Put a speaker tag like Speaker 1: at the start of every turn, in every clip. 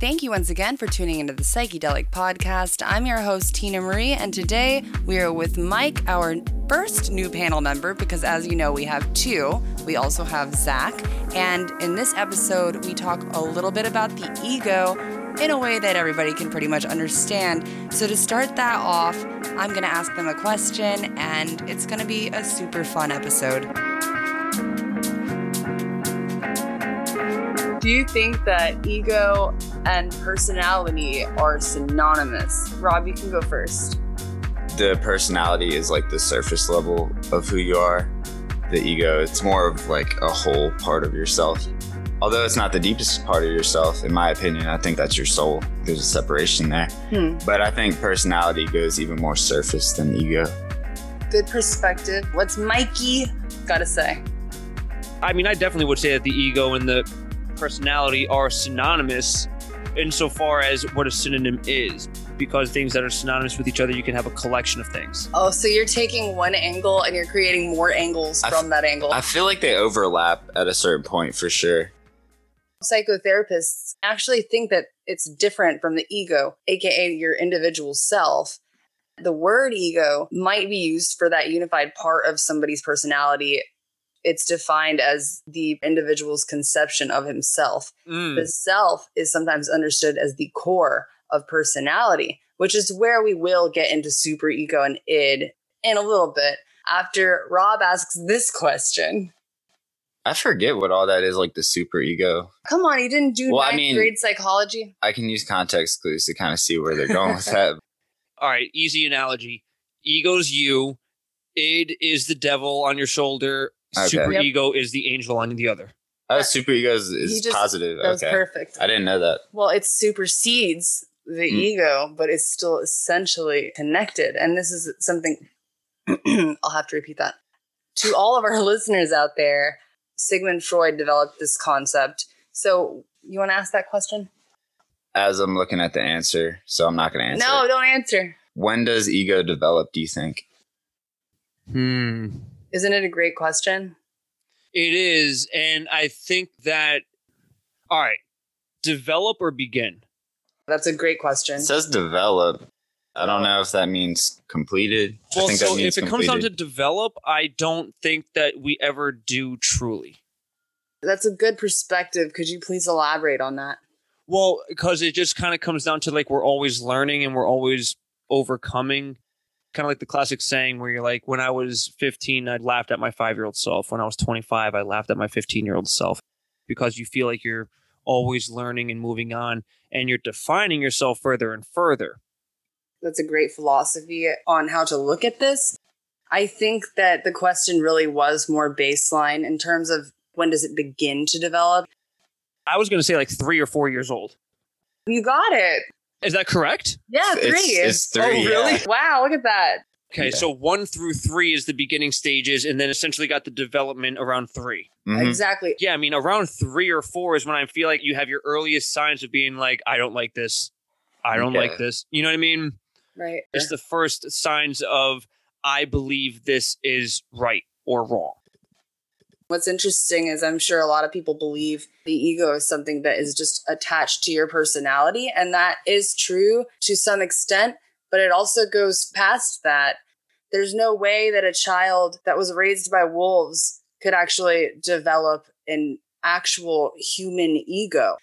Speaker 1: Thank you once again for tuning into the Psychedelic Podcast. I'm your host, Tina Marie, and today we are with Mike, our first new panel member, because as you know, we have two. We also have Zach. And in this episode, we talk a little bit about the ego in a way that everybody can pretty much understand. So to start that off, I'm going to ask them a question, and it's going to be a super fun episode. Do you think that ego and personality are synonymous? Rob, you can go first.
Speaker 2: the personality is like the surface level of who you are. The ego, it's more of like a whole part of yourself. Although it's not the deepest part of yourself, in my opinion, I think that's your soul. There's a separation there.
Speaker 1: Hmm.
Speaker 2: But I think personality goes even more surface than ego.
Speaker 1: Good perspective. What's Mikey gotta say?
Speaker 3: I mean, I definitely would say that the ego and the personality are synonymous insofar as what a synonym is, because things that are synonymous with each other, you can have a collection of things.
Speaker 1: Oh, so you're taking one angle and you're creating more angles
Speaker 2: I f-
Speaker 1: from that angle.
Speaker 2: I feel like they overlap at a certain point for sure.
Speaker 1: Psychotherapists actually think that it's different from the ego, aka your individual self. The word ego might be used for that unified part of somebody's personality. It's defined as the individual's conception of himself.
Speaker 2: Hmm.
Speaker 1: the self is sometimes understood as the core of personality, which is where we will get into superego and id in a little bit after Rob asks this question.
Speaker 2: I forget what all that is, like the super ego.
Speaker 1: Come on, you didn't do
Speaker 2: Well, I
Speaker 1: ninth
Speaker 2: mean-
Speaker 1: grade psychology.
Speaker 2: I can use context clues to kind of see where they're going with that.
Speaker 3: All right, easy analogy. Ego's you, id is the devil on your shoulder,
Speaker 2: Okay.
Speaker 3: super
Speaker 1: Yep.
Speaker 3: ego is the angel on the other.
Speaker 2: Oh, super ego is, is
Speaker 1: He just-
Speaker 2: positive.
Speaker 1: That was
Speaker 2: Okay.
Speaker 1: perfect.
Speaker 2: I didn't know that.
Speaker 1: Well, it supersedes the
Speaker 2: Mm.
Speaker 1: ego, but it's still essentially connected. And this is something I'll have to repeat that. To all of our listeners out there, Sigmund Freud developed this concept. So, you want to ask that question?
Speaker 2: As I'm looking at the answer, so I'm not going to answer. it.
Speaker 1: No, don't answer.
Speaker 2: when does ego develop do you think
Speaker 3: Hmm.
Speaker 1: Isn't it a great question?
Speaker 3: It is. And I think that, all right, develop or begin?
Speaker 1: That's a great question.
Speaker 2: it says develop i don't know if that means completed i
Speaker 3: Well,
Speaker 2: think
Speaker 3: so
Speaker 2: that means
Speaker 3: if it comes down to develop, I don't think that we ever do truly.
Speaker 1: That's a good perspective. Could you please elaborate on that?
Speaker 3: Well, because it just kind of comes down to like we're always learning and we're always overcoming. Kind of like the classic saying where you're like, when I was 15, I laughed at my five year old self. When I was 25, I laughed at my 15 year old self because you feel like you're always learning and moving on and you're defining yourself further and further.
Speaker 1: That's a great philosophy on how to look at this. I think that the question really was more baseline in terms of when does it begin to develop?
Speaker 3: I was going to say like three or four years old.
Speaker 1: You got it.
Speaker 3: Is that correct?
Speaker 1: Yeah, three.
Speaker 2: It's- it's three,
Speaker 1: Oh, really?
Speaker 2: yeah.
Speaker 1: Wow, look at that.
Speaker 3: Okay,
Speaker 2: Yeah.
Speaker 3: so one through three is the beginning stages, and then essentially got the development around three.
Speaker 2: Mhm.
Speaker 1: Exactly.
Speaker 3: Yeah, I mean, around three or four is when I feel like you have your earliest signs of being like, I don't like this. I don't
Speaker 2: Yeah.
Speaker 3: like this. You know what I mean?
Speaker 1: Right.
Speaker 3: It's the first signs of, I believe this is right or wrong.
Speaker 1: What's interesting is I'm sure a lot of people believe the ego is something that is just attached to your personality. And that is true to some extent, but it also goes past that. There's no way that a child that was raised by wolves could actually develop an actual human ego.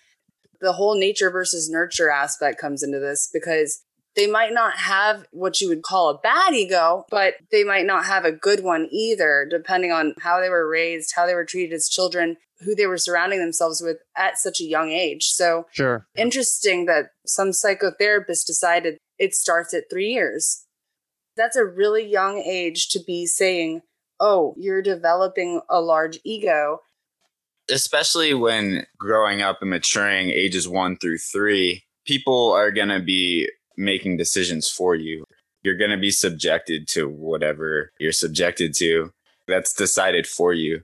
Speaker 1: The whole nature versus nurture aspect comes into this because they might not have what you would call a bad ego, but they might not have a good one either, depending on how they were raised, how they were treated as children, who they were surrounding themselves with at such a young age. So
Speaker 3: Sure.
Speaker 1: interesting that some psychotherapists decided it starts at three years. That's a really young age to be saying, oh, you're developing a large ego.
Speaker 2: especially when growing up and maturing ages one through three people are going to be making decisions for you you're going to be subjected to whatever you're subjected to that's decided for you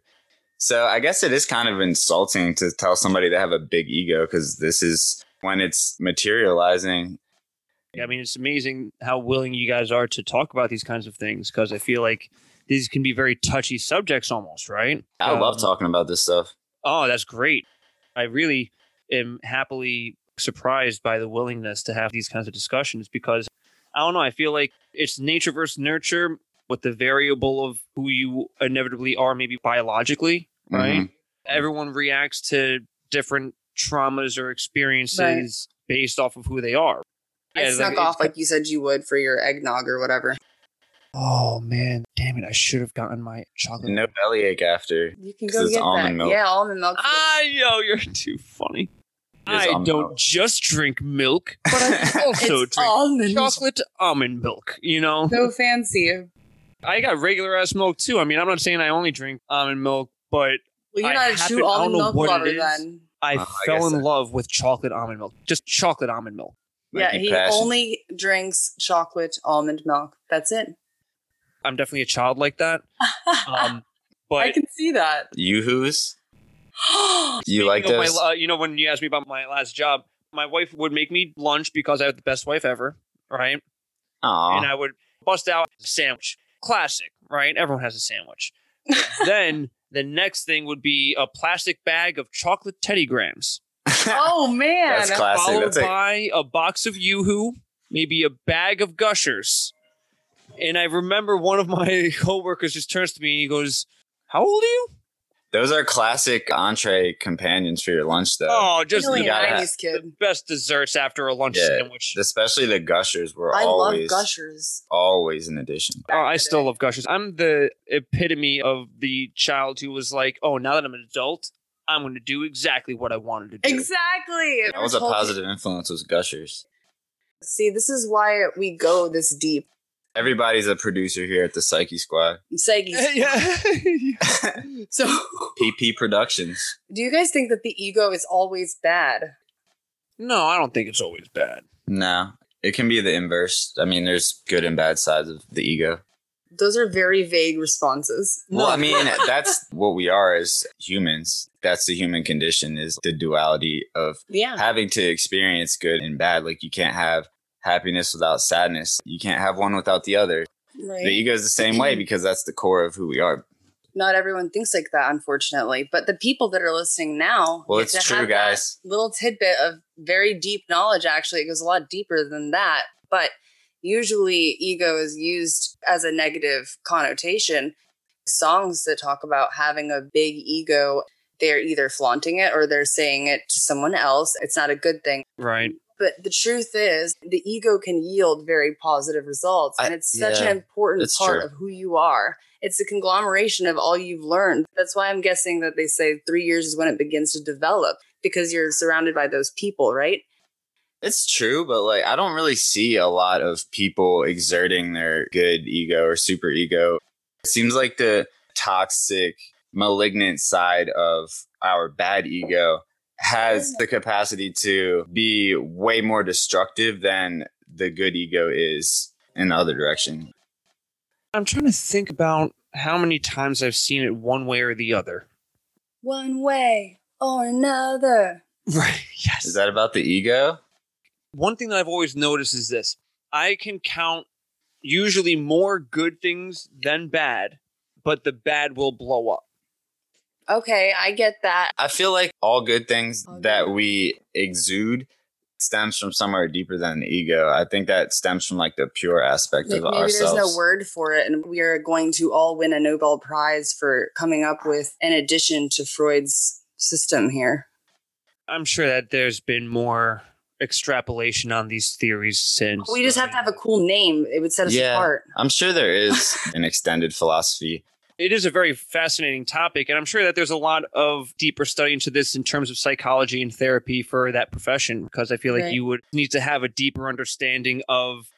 Speaker 2: so i guess it is kind of insulting to tell somebody they have a big ego because this is when it's materializing
Speaker 3: I mean, it's amazing how willing you guys are to talk about these kinds of things because I feel like these can be very touchy subjects almost, right?
Speaker 2: i love
Speaker 3: Um,
Speaker 2: talking about this stuff
Speaker 3: Oh, that's great. I really am happily surprised by the willingness to have these kinds of discussions because I don't know. I feel like it's nature versus nurture with the variable of who you inevitably are, maybe biologically, right?
Speaker 2: Mm-hmm.
Speaker 3: Everyone reacts to different traumas or experiences based off of who they are.
Speaker 1: I
Speaker 3: Yeah, it's like-
Speaker 1: snuck
Speaker 3: it's
Speaker 1: off like you said you would for your eggnog or whatever.
Speaker 3: Oh man, damn it! I should have gotten my chocolate.
Speaker 2: Mm-hmm. No bellyache after.
Speaker 1: You can
Speaker 2: 'Cause
Speaker 1: go
Speaker 2: it's
Speaker 1: get that.
Speaker 2: almond milk.
Speaker 1: Yeah, almond milk.
Speaker 3: Ah, yo, you're too funny.
Speaker 2: It is
Speaker 3: I
Speaker 2: almond
Speaker 3: don't
Speaker 2: milk.
Speaker 3: just drink milk, but I also
Speaker 1: it's
Speaker 3: drink
Speaker 2: Mm-hmm.
Speaker 1: almond.
Speaker 3: chocolate almond milk. You know,
Speaker 1: So fancy.
Speaker 3: I got regular ass milk too. I mean, I'm not saying I only drink almond milk, but
Speaker 1: Well, you're
Speaker 3: I
Speaker 1: not a
Speaker 3: happen- I
Speaker 1: true
Speaker 3: don't
Speaker 1: almond
Speaker 3: know
Speaker 1: milk
Speaker 3: what it
Speaker 1: lover
Speaker 3: is.
Speaker 1: then.
Speaker 3: I
Speaker 2: Oh, I
Speaker 3: fell
Speaker 2: guess
Speaker 3: in
Speaker 2: that-
Speaker 3: love with chocolate almond milk. Just chocolate almond milk.
Speaker 1: Yeah,
Speaker 2: Mikey
Speaker 1: he
Speaker 2: Passion.
Speaker 1: only drinks chocolate almond milk. That's it.
Speaker 3: I'm definitely a child like that.
Speaker 2: Ah,
Speaker 3: Um,
Speaker 1: I
Speaker 3: but
Speaker 1: can see that. Oh,
Speaker 2: You who's? You like
Speaker 3: you know, my
Speaker 2: those?
Speaker 3: la- you know, when you asked me about my last job, my wife would make me lunch because I was the best wife ever, right?
Speaker 2: Aw.
Speaker 3: and I would bust out a sandwich. Classic, right? Everyone has a sandwich. But then the next thing would be a plastic bag of chocolate Teddy Grahams,
Speaker 1: oh man.
Speaker 2: That's classic.
Speaker 3: followed
Speaker 2: That's like,
Speaker 3: by a box of YooHoo, maybe a bag of Gushers. And I remember one of my coworkers just turns to me and he goes, "How old are you?"
Speaker 2: those are classic entree companions for your lunch, though.
Speaker 3: Oh, just
Speaker 1: Really
Speaker 2: you
Speaker 1: a
Speaker 2: gotta
Speaker 1: 90s
Speaker 3: the
Speaker 1: kid.
Speaker 3: best desserts after a lunch
Speaker 2: Yeah.
Speaker 3: sandwich.
Speaker 2: Especially the gushers were
Speaker 1: I love
Speaker 2: always
Speaker 1: gushers.
Speaker 2: always an addition.
Speaker 3: Oh, I still love gushers. I'm the epitome of the child who was like, "Oh, now that I'm an adult, I'm going to do exactly what I wanted to do."
Speaker 1: Exactly.
Speaker 2: That was a positive influence was gushers.
Speaker 1: See, this is why we go this deep.
Speaker 2: Everybody's a producer here at the Psyche Squad.
Speaker 1: Psyche.
Speaker 3: yeah.
Speaker 1: So,
Speaker 2: PP Productions.
Speaker 1: do you guys think that the ego is always bad?
Speaker 3: no, I don't think it's always bad.
Speaker 2: No, it can be the inverse. I mean, there's good and bad sides of the ego.
Speaker 1: Those are very vague responses.
Speaker 2: Well, I mean, that's what we are as humans. That's the human condition is the duality of
Speaker 1: Yeah.
Speaker 2: having to experience good and bad. Like you can't have happiness without sadness. You can't have one without the other.
Speaker 1: Right.
Speaker 2: The ego is the same way because that's the core of who we are.
Speaker 1: Not everyone thinks like that, unfortunately. But the people that are listening now,
Speaker 2: Well,
Speaker 1: get
Speaker 2: it's
Speaker 1: to
Speaker 2: true,
Speaker 1: have that
Speaker 2: guys.
Speaker 1: Little tidbit of very deep knowledge. Actually, it goes a lot deeper than that. But usually, ego is used as a negative connotation. Songs that talk about having a big ego, they're either flaunting it or they're saying it to someone else. It's not a good thing.
Speaker 3: Right.
Speaker 1: But the truth is, the ego can yield very positive results.
Speaker 2: I-
Speaker 1: And it's such
Speaker 2: yeah,
Speaker 1: an important
Speaker 2: that's
Speaker 1: part
Speaker 2: true.
Speaker 1: of who you are. It's a conglomeration of all you've learned. That's why I'm guessing that they say three years is when it begins to develop because you're surrounded by those people, right?
Speaker 2: It's true, but like I don't really see a lot of people exerting their good ego or super ego. It seems like the toxic, malignant side of our bad ego has the capacity to be way more destructive than the good ego is in the other direction.
Speaker 3: I'm trying to think about how many times I've seen it one way or the other.
Speaker 1: One way or another.
Speaker 3: Right. Yes.
Speaker 2: Is that about the ego?
Speaker 3: one thing that I've always noticed is this I can count usually more good things than bad, but the bad will blow up.
Speaker 1: Okay, I get that.
Speaker 2: I feel like all good things
Speaker 1: All
Speaker 2: that
Speaker 1: good.
Speaker 2: we exude stems from somewhere deeper than the ego. I think that stems from like the pure aspect
Speaker 1: Like,
Speaker 2: of
Speaker 1: maybe
Speaker 2: ourselves.
Speaker 1: there's no word for it, and we are going to all win a Nobel Prize for coming up with an addition to Freud's system here.
Speaker 3: I'm sure that there's been more extrapolation on these theories since.
Speaker 1: We just have to have a cool name. It would set us
Speaker 2: Yeah.
Speaker 1: apart.
Speaker 2: I'm sure there is an extended philosophy.
Speaker 3: It is a very fascinating topic, and I'm sure that there's a lot of deeper study into this in terms of psychology and therapy for that profession, because I feel like
Speaker 1: Right.
Speaker 3: you would need to have a deeper understanding of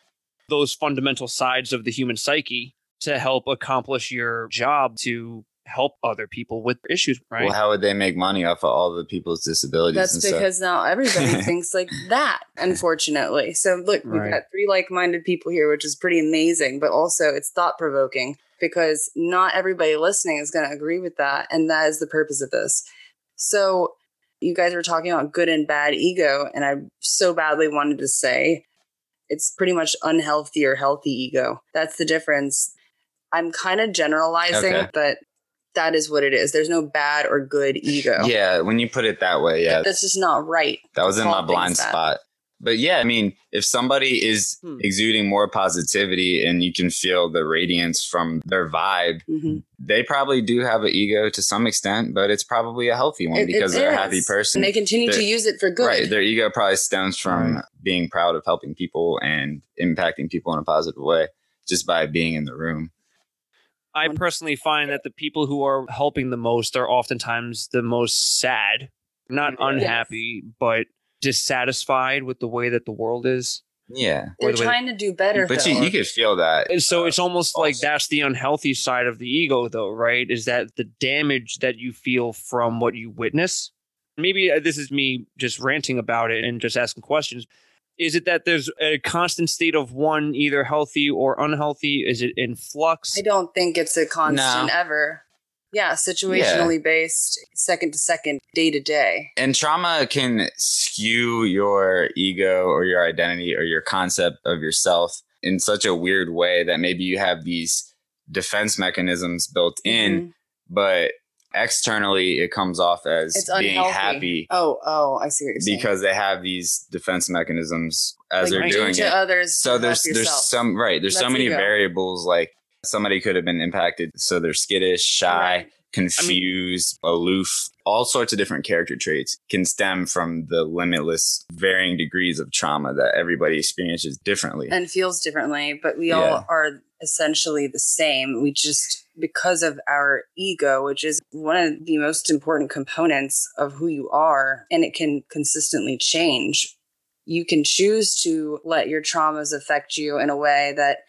Speaker 3: those fundamental sides of the human psyche to help accomplish your job to help other people with issues, right?
Speaker 2: Well, how would they make money off of all the people's disabilities
Speaker 1: That's
Speaker 2: and stuff?
Speaker 1: because now everybody thinks like that, unfortunately. So look,
Speaker 3: Right.
Speaker 1: we've got three like-minded people here, which is pretty amazing, but also it's thought-provoking because not everybody listening is going to agree with that, and that is the purpose of this. So you guys were talking about good and bad ego, and I so badly wanted to say it's pretty much unhealthy or healthy ego. That's the difference. I'm kind of generalizing,
Speaker 2: Okay.
Speaker 1: but that is what it is. There's no bad or good ego.
Speaker 2: Yeah, when you put it that way, yeah,
Speaker 1: That's just not right.
Speaker 2: that was in
Speaker 1: Paul
Speaker 2: my blind
Speaker 1: thinks that.
Speaker 2: spot. But yeah, I mean, if somebody is
Speaker 3: Hmm.
Speaker 2: exuding more positivity and you can feel the radiance from their vibe,
Speaker 1: Mhm.
Speaker 2: they probably do have an ego to some extent, but it's probably a healthy one
Speaker 1: It- it
Speaker 2: because they're a
Speaker 1: is.
Speaker 2: happy person.
Speaker 1: And they continue to
Speaker 2: They're-
Speaker 1: use it for good.
Speaker 2: Right. Their ego probably stems from being proud of helping people and impacting people in a positive way just by being in the room.
Speaker 3: I
Speaker 1: One-
Speaker 3: personally find that the people who are helping the most are oftentimes the most sad, not
Speaker 2: Yes.
Speaker 3: unhappy, but dissatisfied with the way that the world is.
Speaker 2: Yeah.
Speaker 1: They're
Speaker 3: Or the way-
Speaker 1: trying to do better.
Speaker 2: But
Speaker 1: though.
Speaker 2: you, you could feel that. uh,
Speaker 3: And so it's almost like
Speaker 2: Awesome.
Speaker 3: that's the unhealthy side of the ego, though, right? Is that the damage that you feel from what you witness? Maybe uh, this is me just ranting about it and just asking questions. Is it that there's a constant state of one, either healthy or unhealthy? Is it in flux?
Speaker 1: I don't think it's a constant ever. Yeah, situationally based, second to second, day to day.
Speaker 2: And trauma can skew your ego or your identity or your concept of yourself in such a weird way that maybe you have these defense mechanisms built in,
Speaker 1: Mhm.
Speaker 2: but externally it comes off as
Speaker 1: it's
Speaker 2: being
Speaker 1: unhealthy.
Speaker 2: happy
Speaker 1: Oh, oh, I see what you're saying.
Speaker 2: because they have have these defense mechanisms
Speaker 1: Like,
Speaker 2: as they're
Speaker 1: do
Speaker 2: doing
Speaker 1: to
Speaker 2: it.
Speaker 1: others.
Speaker 2: so
Speaker 1: help
Speaker 2: there's there's
Speaker 1: yourself.
Speaker 2: some right there's so
Speaker 1: That's
Speaker 2: many
Speaker 1: ego.
Speaker 2: variables like somebody could have been impacted so they're skittish shy
Speaker 1: Right.
Speaker 2: confused aloof all sorts of different character traits can stem from the limitless varying degrees of trauma that everybody experiences differently
Speaker 1: and feels differently, but we
Speaker 2: Yeah.
Speaker 1: all are essentially the same. We just, because of our ego, which is one of the most important components of who you are, and it can consistently change, you can choose to let your traumas affect you in a way that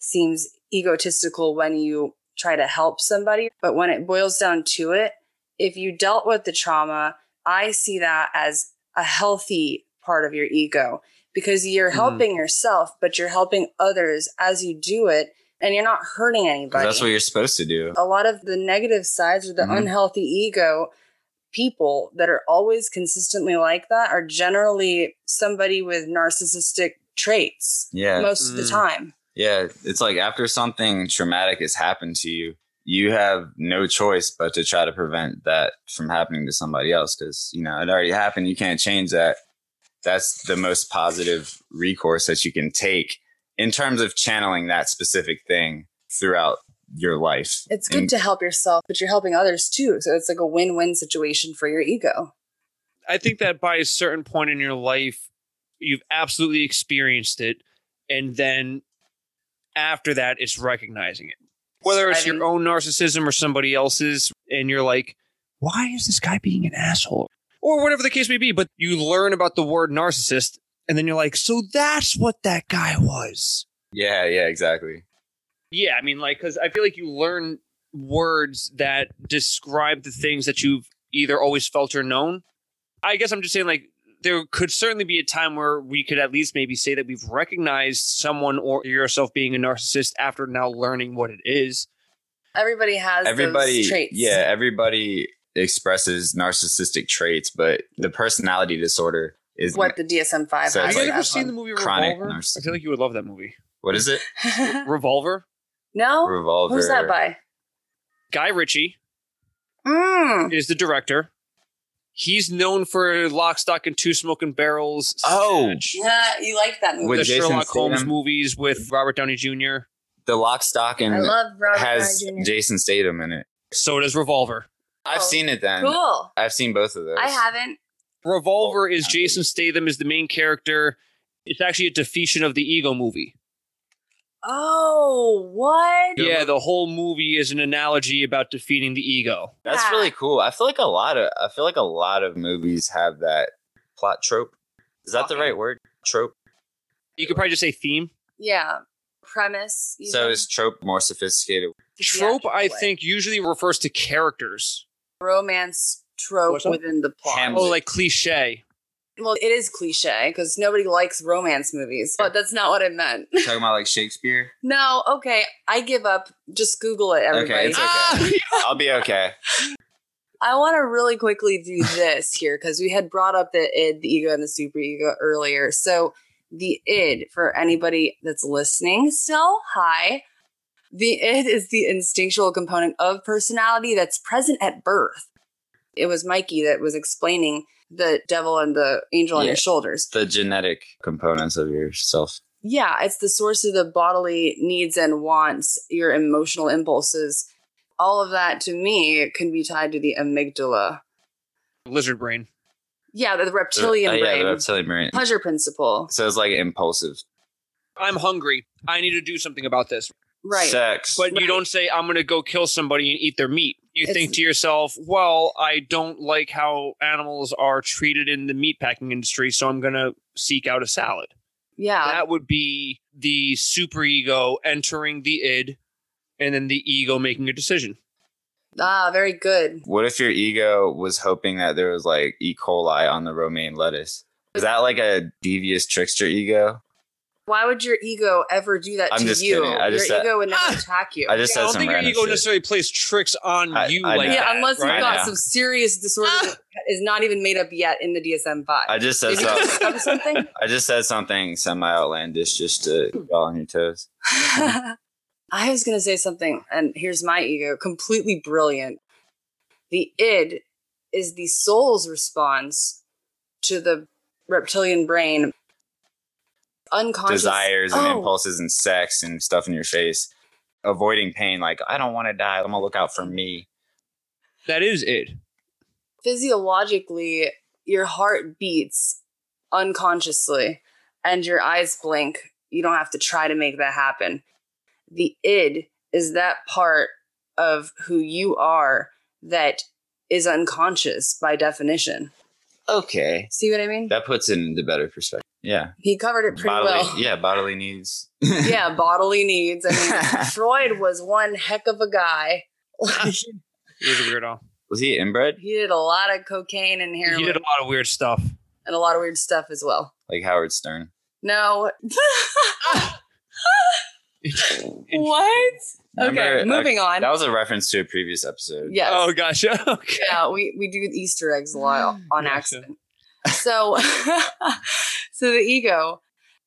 Speaker 1: seems egotistical when you try to help somebody. But when it boils down to it, if you dealt with the trauma, I see that as a healthy part of your ego because you're
Speaker 3: Mhm.
Speaker 2: Mm-hmm.
Speaker 1: helping yourself, but you're helping others as you do it, and you're not hurting
Speaker 2: 'Cause
Speaker 1: anybody. Oh,
Speaker 2: that's what you're supposed to do
Speaker 1: a lot of the negative sides or the
Speaker 2: Mhm.
Speaker 1: unhealthy ego people that are always consistently like that are generally somebody with narcissistic traits
Speaker 2: yeah
Speaker 1: most of the
Speaker 3: Mm.
Speaker 1: time.
Speaker 2: Yeah, it's like after something traumatic has happened to you, you have no choice but to try to prevent that from happening to somebody else because, you know, it already happened. You can't change that. That's the most positive recourse that you can take in terms of channeling that specific thing throughout your life.
Speaker 1: It's good
Speaker 2: And-
Speaker 1: to help yourself, but you're helping others too. So it's like a win win situation for your ego.
Speaker 3: I think that by a certain point in your life, you've absolutely experienced it, and then after that, it's recognizing it. Whether it's
Speaker 1: I
Speaker 3: your
Speaker 1: think-
Speaker 3: own narcissism or somebody else's, and you're like, "Why is this guy being an asshole?" or whatever the case may be. But you learn about the word narcissist, and then you're like, "So that's what that guy was."
Speaker 2: Yeah, yeah, exactly.
Speaker 3: Yeah, I mean, like, because I feel like you learn words that describe the things that you've either always felt or known. I guess I'm just saying, like, there could certainly be a time where we could at least maybe say that we've recognized someone or yourself being a narcissist after now learning what it is.
Speaker 1: Everybody has
Speaker 2: everybody
Speaker 1: those traits.
Speaker 2: yeah everybody expresses narcissistic traits but the personality disorder is
Speaker 1: What the DSM five
Speaker 2: So
Speaker 1: has.
Speaker 2: it's
Speaker 3: Have
Speaker 2: like
Speaker 3: you guys ever
Speaker 1: that
Speaker 3: seen the
Speaker 1: one.
Speaker 3: movie
Speaker 2: chronic
Speaker 3: Revolver?
Speaker 2: narciss-
Speaker 3: I feel like you would love that movie.
Speaker 2: what is it
Speaker 3: Revolver?
Speaker 1: no?
Speaker 2: revolver
Speaker 1: Oh, Who's that by?
Speaker 3: Guy Ritchie
Speaker 1: Mm.
Speaker 3: is the director. He's known for Lock, Stock, and Two Smoking Barrels.
Speaker 2: Oh.
Speaker 3: Snatch,
Speaker 1: Yeah, you like that movie.
Speaker 2: With
Speaker 3: the
Speaker 2: Jason
Speaker 3: Sherlock Holmes
Speaker 2: Statham.
Speaker 3: movies with Robert Downey Jr.
Speaker 2: the lock stock
Speaker 1: I
Speaker 2: and
Speaker 1: love Robert
Speaker 2: has
Speaker 1: Downey Jr.
Speaker 2: Jason Statham in it.
Speaker 3: So does Revolver.
Speaker 2: I've
Speaker 1: Oh,
Speaker 2: seen it then.
Speaker 1: cool.
Speaker 2: I've seen both of those.
Speaker 1: I haven't.
Speaker 3: Revolver is
Speaker 2: Oh, yeah.
Speaker 3: Jason Statham is the main character. It's actually a defeation of the ego movie.
Speaker 1: Oh, what?
Speaker 2: Yeah.
Speaker 3: Yeah, the whole movie is an analogy about defeating the ego.
Speaker 2: That's
Speaker 1: Yeah.
Speaker 2: really cool. I feel like a lot of I feel like a lot of movies have that plot trope. Is that the
Speaker 1: Okay.
Speaker 2: right word? Trope.
Speaker 3: You could probably just say theme.
Speaker 1: Yeah. Premise. even.
Speaker 2: So is trope more sophisticated?
Speaker 3: Trope, I
Speaker 1: way.
Speaker 3: think, usually refers to characters.
Speaker 1: romance trope
Speaker 3: What's that?
Speaker 1: within the plot.
Speaker 2: Hamlet.
Speaker 3: Oh, like cliche.
Speaker 1: Well, it is cliche because nobody likes romance movies, but that's not what I meant.
Speaker 2: Talking about like Shakespeare.
Speaker 1: no, okay. I give up. Just Google it, everybody.
Speaker 2: it's okay.
Speaker 1: Ah!
Speaker 2: I'll be okay.
Speaker 1: I want to really quickly do this here because we had brought up the id, the ego, and the superego earlier. So, the id for anybody that's listening still, hi. The id is the instinctual component of personality that's present at birth. It was Mikey that was explaining the devil and the angel on
Speaker 2: Yeah.
Speaker 1: your shoulders.
Speaker 2: the genetic components of yourself.
Speaker 1: Yeah, it's the source of the bodily needs and wants, your emotional impulses. All of that to me can be tied to the amygdala.
Speaker 3: Lizard brain.
Speaker 1: Yeah, the, the reptilian
Speaker 2: Uh, yeah,
Speaker 1: brain,
Speaker 2: the reptilian brain.
Speaker 1: pleasure principle.
Speaker 2: So it's like impulsive
Speaker 3: I'm hungry. I need to do something about this.
Speaker 1: Right.
Speaker 2: sex.
Speaker 3: But you
Speaker 1: Right.
Speaker 3: don't say, I'm going to go kill somebody and eat their meat. You
Speaker 1: It's-
Speaker 3: think to yourself, well, I don't like how animals are treated in the meatpacking industry, so I'm going to seek out a salad.
Speaker 1: yeah.
Speaker 3: That would be the superego entering the id and then the ego making a decision.
Speaker 1: ah, very good.
Speaker 2: what if your ego was hoping that there was like E. coli on the romaine lettuce? Is that like a devious trickster ego?
Speaker 1: Why would your ego ever do that
Speaker 2: I'm
Speaker 1: to
Speaker 2: just
Speaker 1: you?
Speaker 2: kidding. I
Speaker 1: your
Speaker 2: just said-
Speaker 1: ego would never
Speaker 3: Ah!
Speaker 1: attack you.
Speaker 2: I just
Speaker 3: I
Speaker 2: said
Speaker 3: don't
Speaker 2: some
Speaker 3: think your
Speaker 2: random
Speaker 3: ego
Speaker 2: shit.
Speaker 3: necessarily plays tricks on
Speaker 2: I-
Speaker 3: you
Speaker 2: I
Speaker 3: like
Speaker 2: know.
Speaker 1: yeah,
Speaker 3: that,
Speaker 1: unless
Speaker 2: right
Speaker 1: you've got
Speaker 2: now.
Speaker 1: some serious disorder
Speaker 3: Ah!
Speaker 1: that is not even made up yet in the DSM five.
Speaker 2: I just uh,
Speaker 1: Did
Speaker 2: said
Speaker 1: you
Speaker 2: some,
Speaker 1: just discover something?
Speaker 2: I just said something semi outlandish just to keep y'all on your toes. Mm-hmm.
Speaker 1: I was going to say something, and here's my ego completely brilliant. The id is the soul's response to the reptilian brain. Unconscious
Speaker 2: Desires and
Speaker 1: Oh,
Speaker 2: impulses and sex and stuff in your face. Avoiding pain, like I don't want to die. I'm gonna look out for me.
Speaker 3: That is id.
Speaker 1: Physiologically, your heart beats unconsciously, and your eyes blink. You don't have to try to make that happen. The id is that part of who you are that is unconscious by definition.
Speaker 2: Okay,
Speaker 1: See what I mean?
Speaker 2: that puts it into better perspective. Yeah,
Speaker 1: he covered it pretty
Speaker 2: bodily,
Speaker 1: well.
Speaker 2: yeah, bodily needs.
Speaker 1: yeah, bodily needs. I mean, Freud was one heck of a guy.
Speaker 3: He was a weirdo.
Speaker 2: Was he inbred?
Speaker 1: he did a lot of cocaine and heroin
Speaker 3: He did a lot of weird stuff.
Speaker 1: and a lot of weird stuff as well.
Speaker 2: Like Howard Stern.
Speaker 1: No. what? Okay,
Speaker 2: Remember- uh,
Speaker 1: moving on.
Speaker 2: That was a reference to a previous episode.
Speaker 1: yes.
Speaker 3: Oh, gosh. Okay.
Speaker 1: yeah, we, we do Easter eggs a lot on
Speaker 3: Gotcha.
Speaker 1: accident. So, so the ego,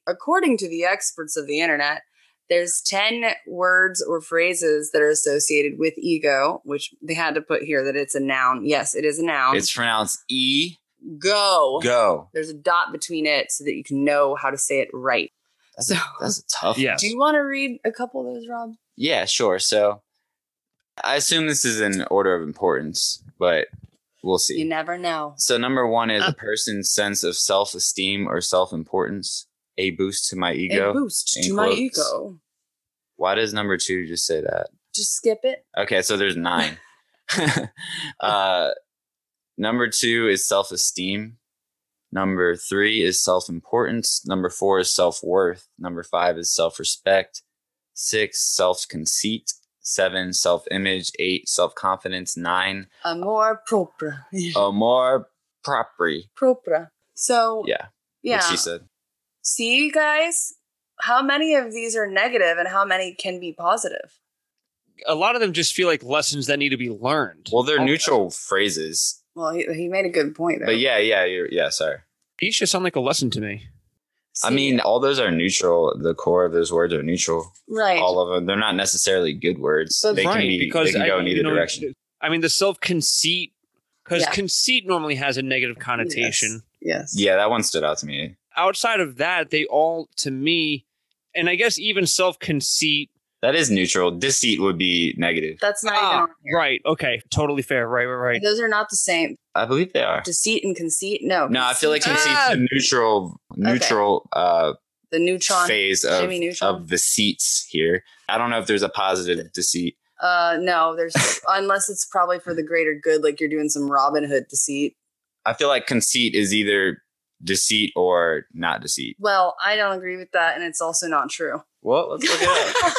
Speaker 1: according to the experts of the internet, there's 10 words or phrases that are associated with ego, which they had to put here that it's a noun. Yes, it is a noun.
Speaker 2: It's pronounced E
Speaker 1: go.
Speaker 2: go.
Speaker 1: There's a dot between it so that you can know how to say it right. So,
Speaker 2: That's a tough. one.
Speaker 3: Yes.
Speaker 1: do you want to read a couple of those, Rob?
Speaker 2: Yeah, sure. So I assume this is in order of importance, but we'll
Speaker 1: You
Speaker 2: see.
Speaker 1: never know.
Speaker 2: So number one is a person's sense of self-esteem or self-importance. A boost to my
Speaker 1: A
Speaker 2: ego.
Speaker 1: boost
Speaker 2: in
Speaker 1: to my
Speaker 2: quotes.
Speaker 1: ego.
Speaker 2: Why does number two just say that?
Speaker 1: Just skip it.
Speaker 2: Okay, so there's nine. uh, number two is self esteem. Number three is self importance. Number four is self worth. Number five is self respect. Six, self conceit. Seven, self image. Eight, self confidence. Nine, uh,
Speaker 1: Amor propra.
Speaker 2: amor propri.
Speaker 1: propra. So
Speaker 2: Yeah, yeah.
Speaker 1: yeah.
Speaker 2: What she said.
Speaker 1: See guys, how many of these are negative and how many can be positive?
Speaker 3: A lot of them just feel like lessons that need to be learned.
Speaker 2: Well, they're neutral phrases.
Speaker 1: Well, he, he made a good point there.
Speaker 2: But yeah, yeah, you're, yeah, sorry.
Speaker 3: These should sound like a lesson to me.
Speaker 2: I
Speaker 1: See,
Speaker 2: mean, all those are neutral. The core of those words are neutral.
Speaker 1: right.
Speaker 2: all of them. They're not necessarily good words.
Speaker 1: But
Speaker 2: they
Speaker 1: Right,
Speaker 2: can be they can
Speaker 3: I-
Speaker 2: go in
Speaker 3: you
Speaker 2: either
Speaker 3: know,
Speaker 2: direction.
Speaker 3: I mean, the self conceit, because
Speaker 1: Yeah.
Speaker 3: conceit normally has a negative connotation.
Speaker 1: Yes.
Speaker 2: Yeah, that one stood out to me.
Speaker 3: Outside of that, they all, to me, and I guess even self conceit,
Speaker 2: That is neutral. Deceit would be negative.
Speaker 1: That's not
Speaker 3: Ah,
Speaker 1: even on here.
Speaker 3: right? Okay, totally fair. Right, right, right.
Speaker 1: Those are not the same.
Speaker 2: I believe they are.
Speaker 1: Deceit and conceit. No.
Speaker 2: No, I feel like
Speaker 1: conceit-
Speaker 2: conceit's
Speaker 3: Ah!
Speaker 2: a neutral neutral uh
Speaker 1: the neutron.
Speaker 2: phase of
Speaker 1: Jimmy Neutron.
Speaker 2: of the seats here. I don't know if there's a positive deceit.
Speaker 1: Uh, no, there's unless it's probably for the greater good, like you're doing some Robin Hood deceit.
Speaker 2: I feel like conceit is either deceit or not deceit.
Speaker 1: Well, I don't agree with that, and it's also not true.
Speaker 2: Well, let's look it up.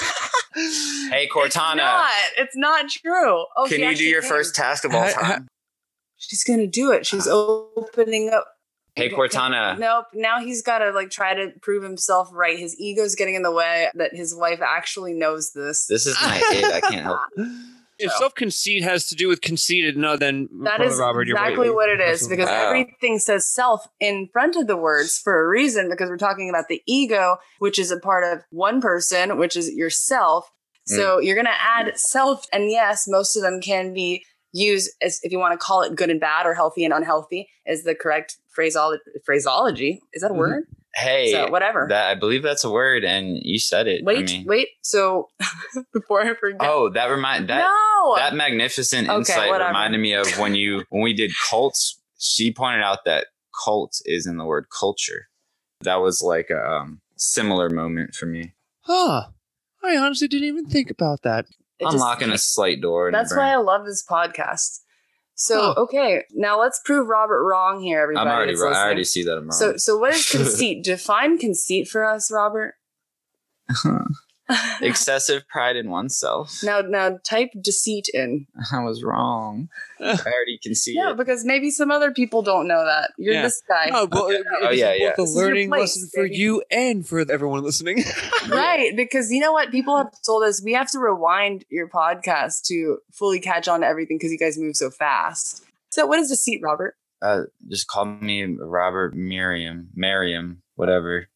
Speaker 2: Hey
Speaker 1: It's
Speaker 2: Cortana,
Speaker 1: not. It's not true. Oh, she
Speaker 2: can you do
Speaker 1: actually
Speaker 2: your
Speaker 1: can.
Speaker 2: first task of all
Speaker 3: Ha- ha-
Speaker 2: time?
Speaker 1: She's gonna do it. She's opening up.
Speaker 2: Hey Cortana,
Speaker 1: Nope. Now he's got to like try to prove himself right. His ego's getting in the way that his wife actually knows this.
Speaker 2: this is my aid. I can't help.
Speaker 3: If
Speaker 1: So-
Speaker 3: self conceit has to do with conceited, no, then
Speaker 1: That
Speaker 3: Brother
Speaker 1: is
Speaker 3: Robert, you're
Speaker 1: exactly
Speaker 3: right.
Speaker 1: what it is because
Speaker 2: Wow.
Speaker 1: everything says self in front of the words for a reason because we're talking about the ego, which is a part of one person, which is yourself. So you're going to add self. And yes, most of them can be used as, if you want to call it good and bad or healthy and unhealthy, is the correct phraseolo- phraseology. Is that a
Speaker 3: Mhm.
Speaker 1: word?
Speaker 2: Hey,
Speaker 1: So whatever.
Speaker 2: that I believe that's a word, and you said it. I
Speaker 1: wait,
Speaker 2: mean-
Speaker 1: wait. So before I forget.
Speaker 2: Oh, that remind that
Speaker 1: no.
Speaker 2: that magnificent
Speaker 1: Okay,
Speaker 2: insight
Speaker 1: whatever.
Speaker 2: reminded me of when you when we did cults. She pointed out that cult is in the word culture. That was like a um, similar moment for me.
Speaker 3: Huh. I honestly didn't even think about that.
Speaker 1: It just-
Speaker 2: Unlocking a slight door. in the
Speaker 1: That's
Speaker 2: brain.
Speaker 1: why I love this podcast. So,
Speaker 3: Huh.
Speaker 1: okay, now let's prove Robert wrong here, everybody.
Speaker 2: I'm already.
Speaker 1: that's
Speaker 2: wrong. I
Speaker 1: listening.
Speaker 2: already see that I'm wrong.
Speaker 1: So, so what is conceit? Define conceit for us, Robert.
Speaker 2: Excessive pride in oneself.
Speaker 1: now, now type deceit in.
Speaker 2: I was wrong. I already can see
Speaker 1: Yeah,
Speaker 2: it.
Speaker 1: because maybe some other people don't know that. You're
Speaker 3: Yeah.
Speaker 1: this guy,
Speaker 3: Oh, well, it-
Speaker 2: Oh,
Speaker 3: it was
Speaker 2: yeah,
Speaker 3: both
Speaker 2: yeah.
Speaker 3: a
Speaker 1: This is your
Speaker 3: learning
Speaker 1: place,
Speaker 3: lesson for
Speaker 1: baby.
Speaker 3: you and for everyone listening.
Speaker 1: right? Because you know what? People have told us we have to rewind your podcast to fully catch on to everything because you guys move so fast. So, what is deceit, Robert?
Speaker 2: uh, just call me Robert Miriam, Merriam, whatever.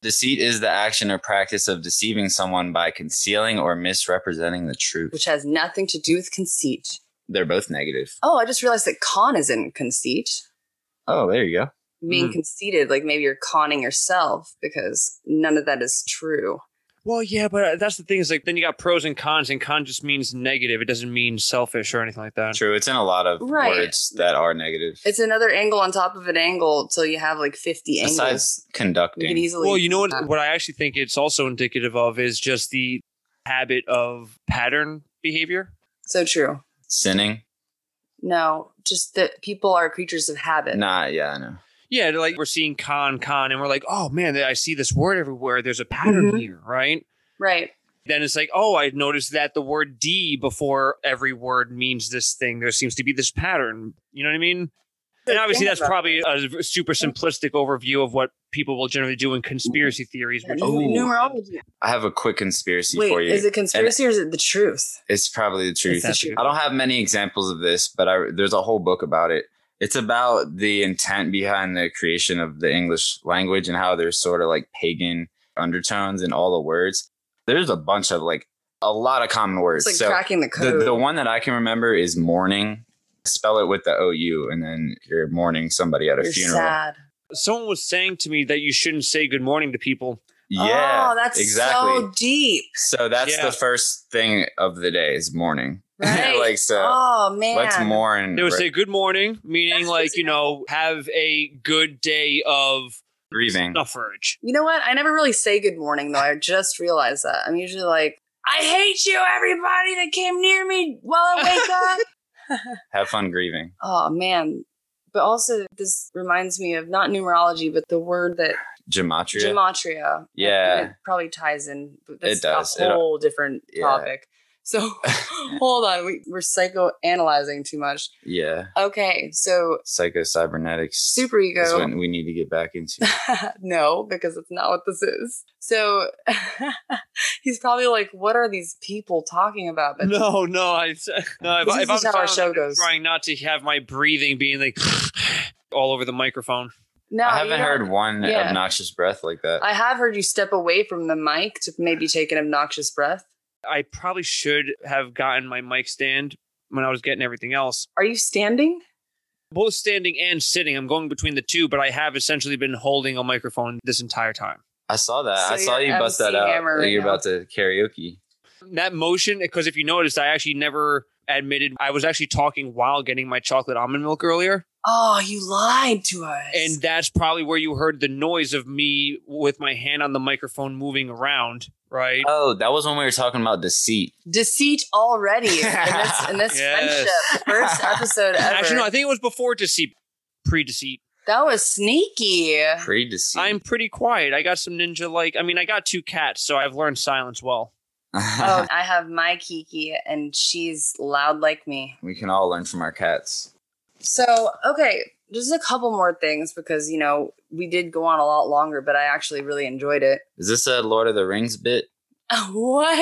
Speaker 2: Deceit is the action or practice of deceiving someone by concealing or misrepresenting the truth.
Speaker 1: Which has nothing to do with conceit.
Speaker 2: They're both negative.
Speaker 1: Oh, I just realized that con is in conceit.
Speaker 2: Oh, there you go.
Speaker 1: being
Speaker 3: Mm.
Speaker 1: conceited, like maybe you're conning yourself because none of that is true.
Speaker 3: well, yeah, but that's the thing is like then you got pros and cons, and con just means negative. It doesn't mean selfish or anything like that.
Speaker 2: True. It's in a lot of
Speaker 1: Right.
Speaker 2: words that are negative.
Speaker 1: It's another angle on top of an angle till you have like 50 angles.
Speaker 2: Besides
Speaker 1: You can
Speaker 2: conducting.
Speaker 1: easily.
Speaker 3: Well, you know what? What I actually think it's also indicative of is just the habit of pattern behavior.
Speaker 1: So true.
Speaker 2: Sinning.
Speaker 1: No, just that people are creatures of habit.
Speaker 2: Nah, yeah, I know.
Speaker 3: Yeah, like we're seeing con con, and we're like, oh man, I see this word everywhere. There's a pattern
Speaker 1: Mhm.
Speaker 3: here, right?
Speaker 1: Right.
Speaker 3: Then it's like, oh, I noticed that the word D before every word means this thing. There seems to be this pattern. You know what I mean? And obviously, that's probably a super simplistic overview of what people will generally do in conspiracy theories. Which,
Speaker 2: Oh.
Speaker 1: Numerology.
Speaker 2: I have a quick conspiracy
Speaker 1: Wait,
Speaker 2: for you.
Speaker 1: is it conspiracy or is it the truth?
Speaker 2: It's probably the truth.
Speaker 3: the truth.
Speaker 2: I don't have many examples of this, but I, there's a whole book about it. It's about the intent behind the creation of the English language and how there's sort of like pagan undertones in all the words. There's a bunch of like a lot of common words.
Speaker 1: It's like
Speaker 2: so
Speaker 1: cracking the
Speaker 2: the,
Speaker 1: code.
Speaker 2: the one that I can remember is mourning. Spell it with the O U, and then you're mourning somebody at a
Speaker 1: You're
Speaker 2: funeral.
Speaker 1: sad.
Speaker 3: someone was saying to me that you shouldn't say good morning to people.
Speaker 2: Yeah,
Speaker 1: Oh, that's
Speaker 2: exactly.
Speaker 1: so deep.
Speaker 2: So that's
Speaker 3: Yeah.
Speaker 2: the first thing of the day is mourning.
Speaker 1: Right.
Speaker 2: like so,
Speaker 1: oh man.
Speaker 2: let's mourn.
Speaker 3: They would
Speaker 2: re-
Speaker 3: say good morning, meaning
Speaker 1: That's
Speaker 3: like you know, have a good day of
Speaker 2: grieving.
Speaker 3: suffrage.
Speaker 1: You know what? I never really say good morning though. I just realized that. I'm usually like, I hate you, everybody that came near me while I wake up.
Speaker 2: Have fun grieving.
Speaker 1: Oh man. But also this reminds me of not numerology, but the word that
Speaker 2: Gematria.
Speaker 1: gematria.
Speaker 2: Yeah.
Speaker 1: It probably ties in. But that's
Speaker 2: It does.
Speaker 1: a
Speaker 2: It-
Speaker 1: whole different
Speaker 2: Yeah.
Speaker 1: topic. So hold on. We, we're psychoanalyzing too much.
Speaker 2: yeah.
Speaker 1: Okay. So
Speaker 2: Psycho cybernetics.
Speaker 1: super ego.
Speaker 2: is what we need to get back into.
Speaker 1: no, because it's not what this is. So he's probably like, "What are these people talking about?" But
Speaker 3: No, no, I no. If,
Speaker 1: This
Speaker 3: I- if
Speaker 1: is
Speaker 3: I'm
Speaker 1: just how our
Speaker 3: sound-
Speaker 1: show
Speaker 3: I'm
Speaker 1: goes.
Speaker 3: trying not to have my breathing being like all over the microphone.
Speaker 1: no,
Speaker 2: I
Speaker 1: you
Speaker 2: haven't
Speaker 1: don't-
Speaker 2: heard one
Speaker 1: yeah.
Speaker 2: obnoxious breath like that.
Speaker 1: I have heard you step away from the mic to maybe take an obnoxious breath.
Speaker 3: I probably should have gotten my mic stand when I was getting everything else.
Speaker 1: Are you standing?
Speaker 3: Both standing and sitting, I'm going between the two, but I have essentially been holding a microphone this entire time.
Speaker 2: I saw that.
Speaker 1: So
Speaker 2: I saw
Speaker 1: you're
Speaker 2: you bust
Speaker 1: MC
Speaker 2: that out.
Speaker 1: Hammer right
Speaker 2: you're
Speaker 1: now.
Speaker 2: about to karaoke.
Speaker 3: That motion, because if you noticed, I actually never admitted I was actually talking while getting my chocolate almond milk earlier.
Speaker 1: Oh, you lied to us.
Speaker 3: And that's probably where you heard the noise of me with my hand on the microphone moving around, right?
Speaker 1: Uh,
Speaker 2: Oh, that was when we were talking about deceit.
Speaker 1: deceit already in this, in this
Speaker 3: Yes.
Speaker 1: friendship first episode ever.
Speaker 3: Actually, no, I think it was before deceit, pre deceit.
Speaker 1: that was sneaky.
Speaker 2: Pre deceit.
Speaker 3: I'm pretty quiet. I got some ninja like, I mean, I got two cats, so I've learned silence well.
Speaker 1: Oh, I have my Kiki, and she's loud like me.
Speaker 2: we can all learn from our cats.
Speaker 1: So, okay, just a couple more things because, you know, we did go on a lot longer, but I actually really enjoyed it.
Speaker 2: Is this a Lord of the Rings bit?
Speaker 1: What?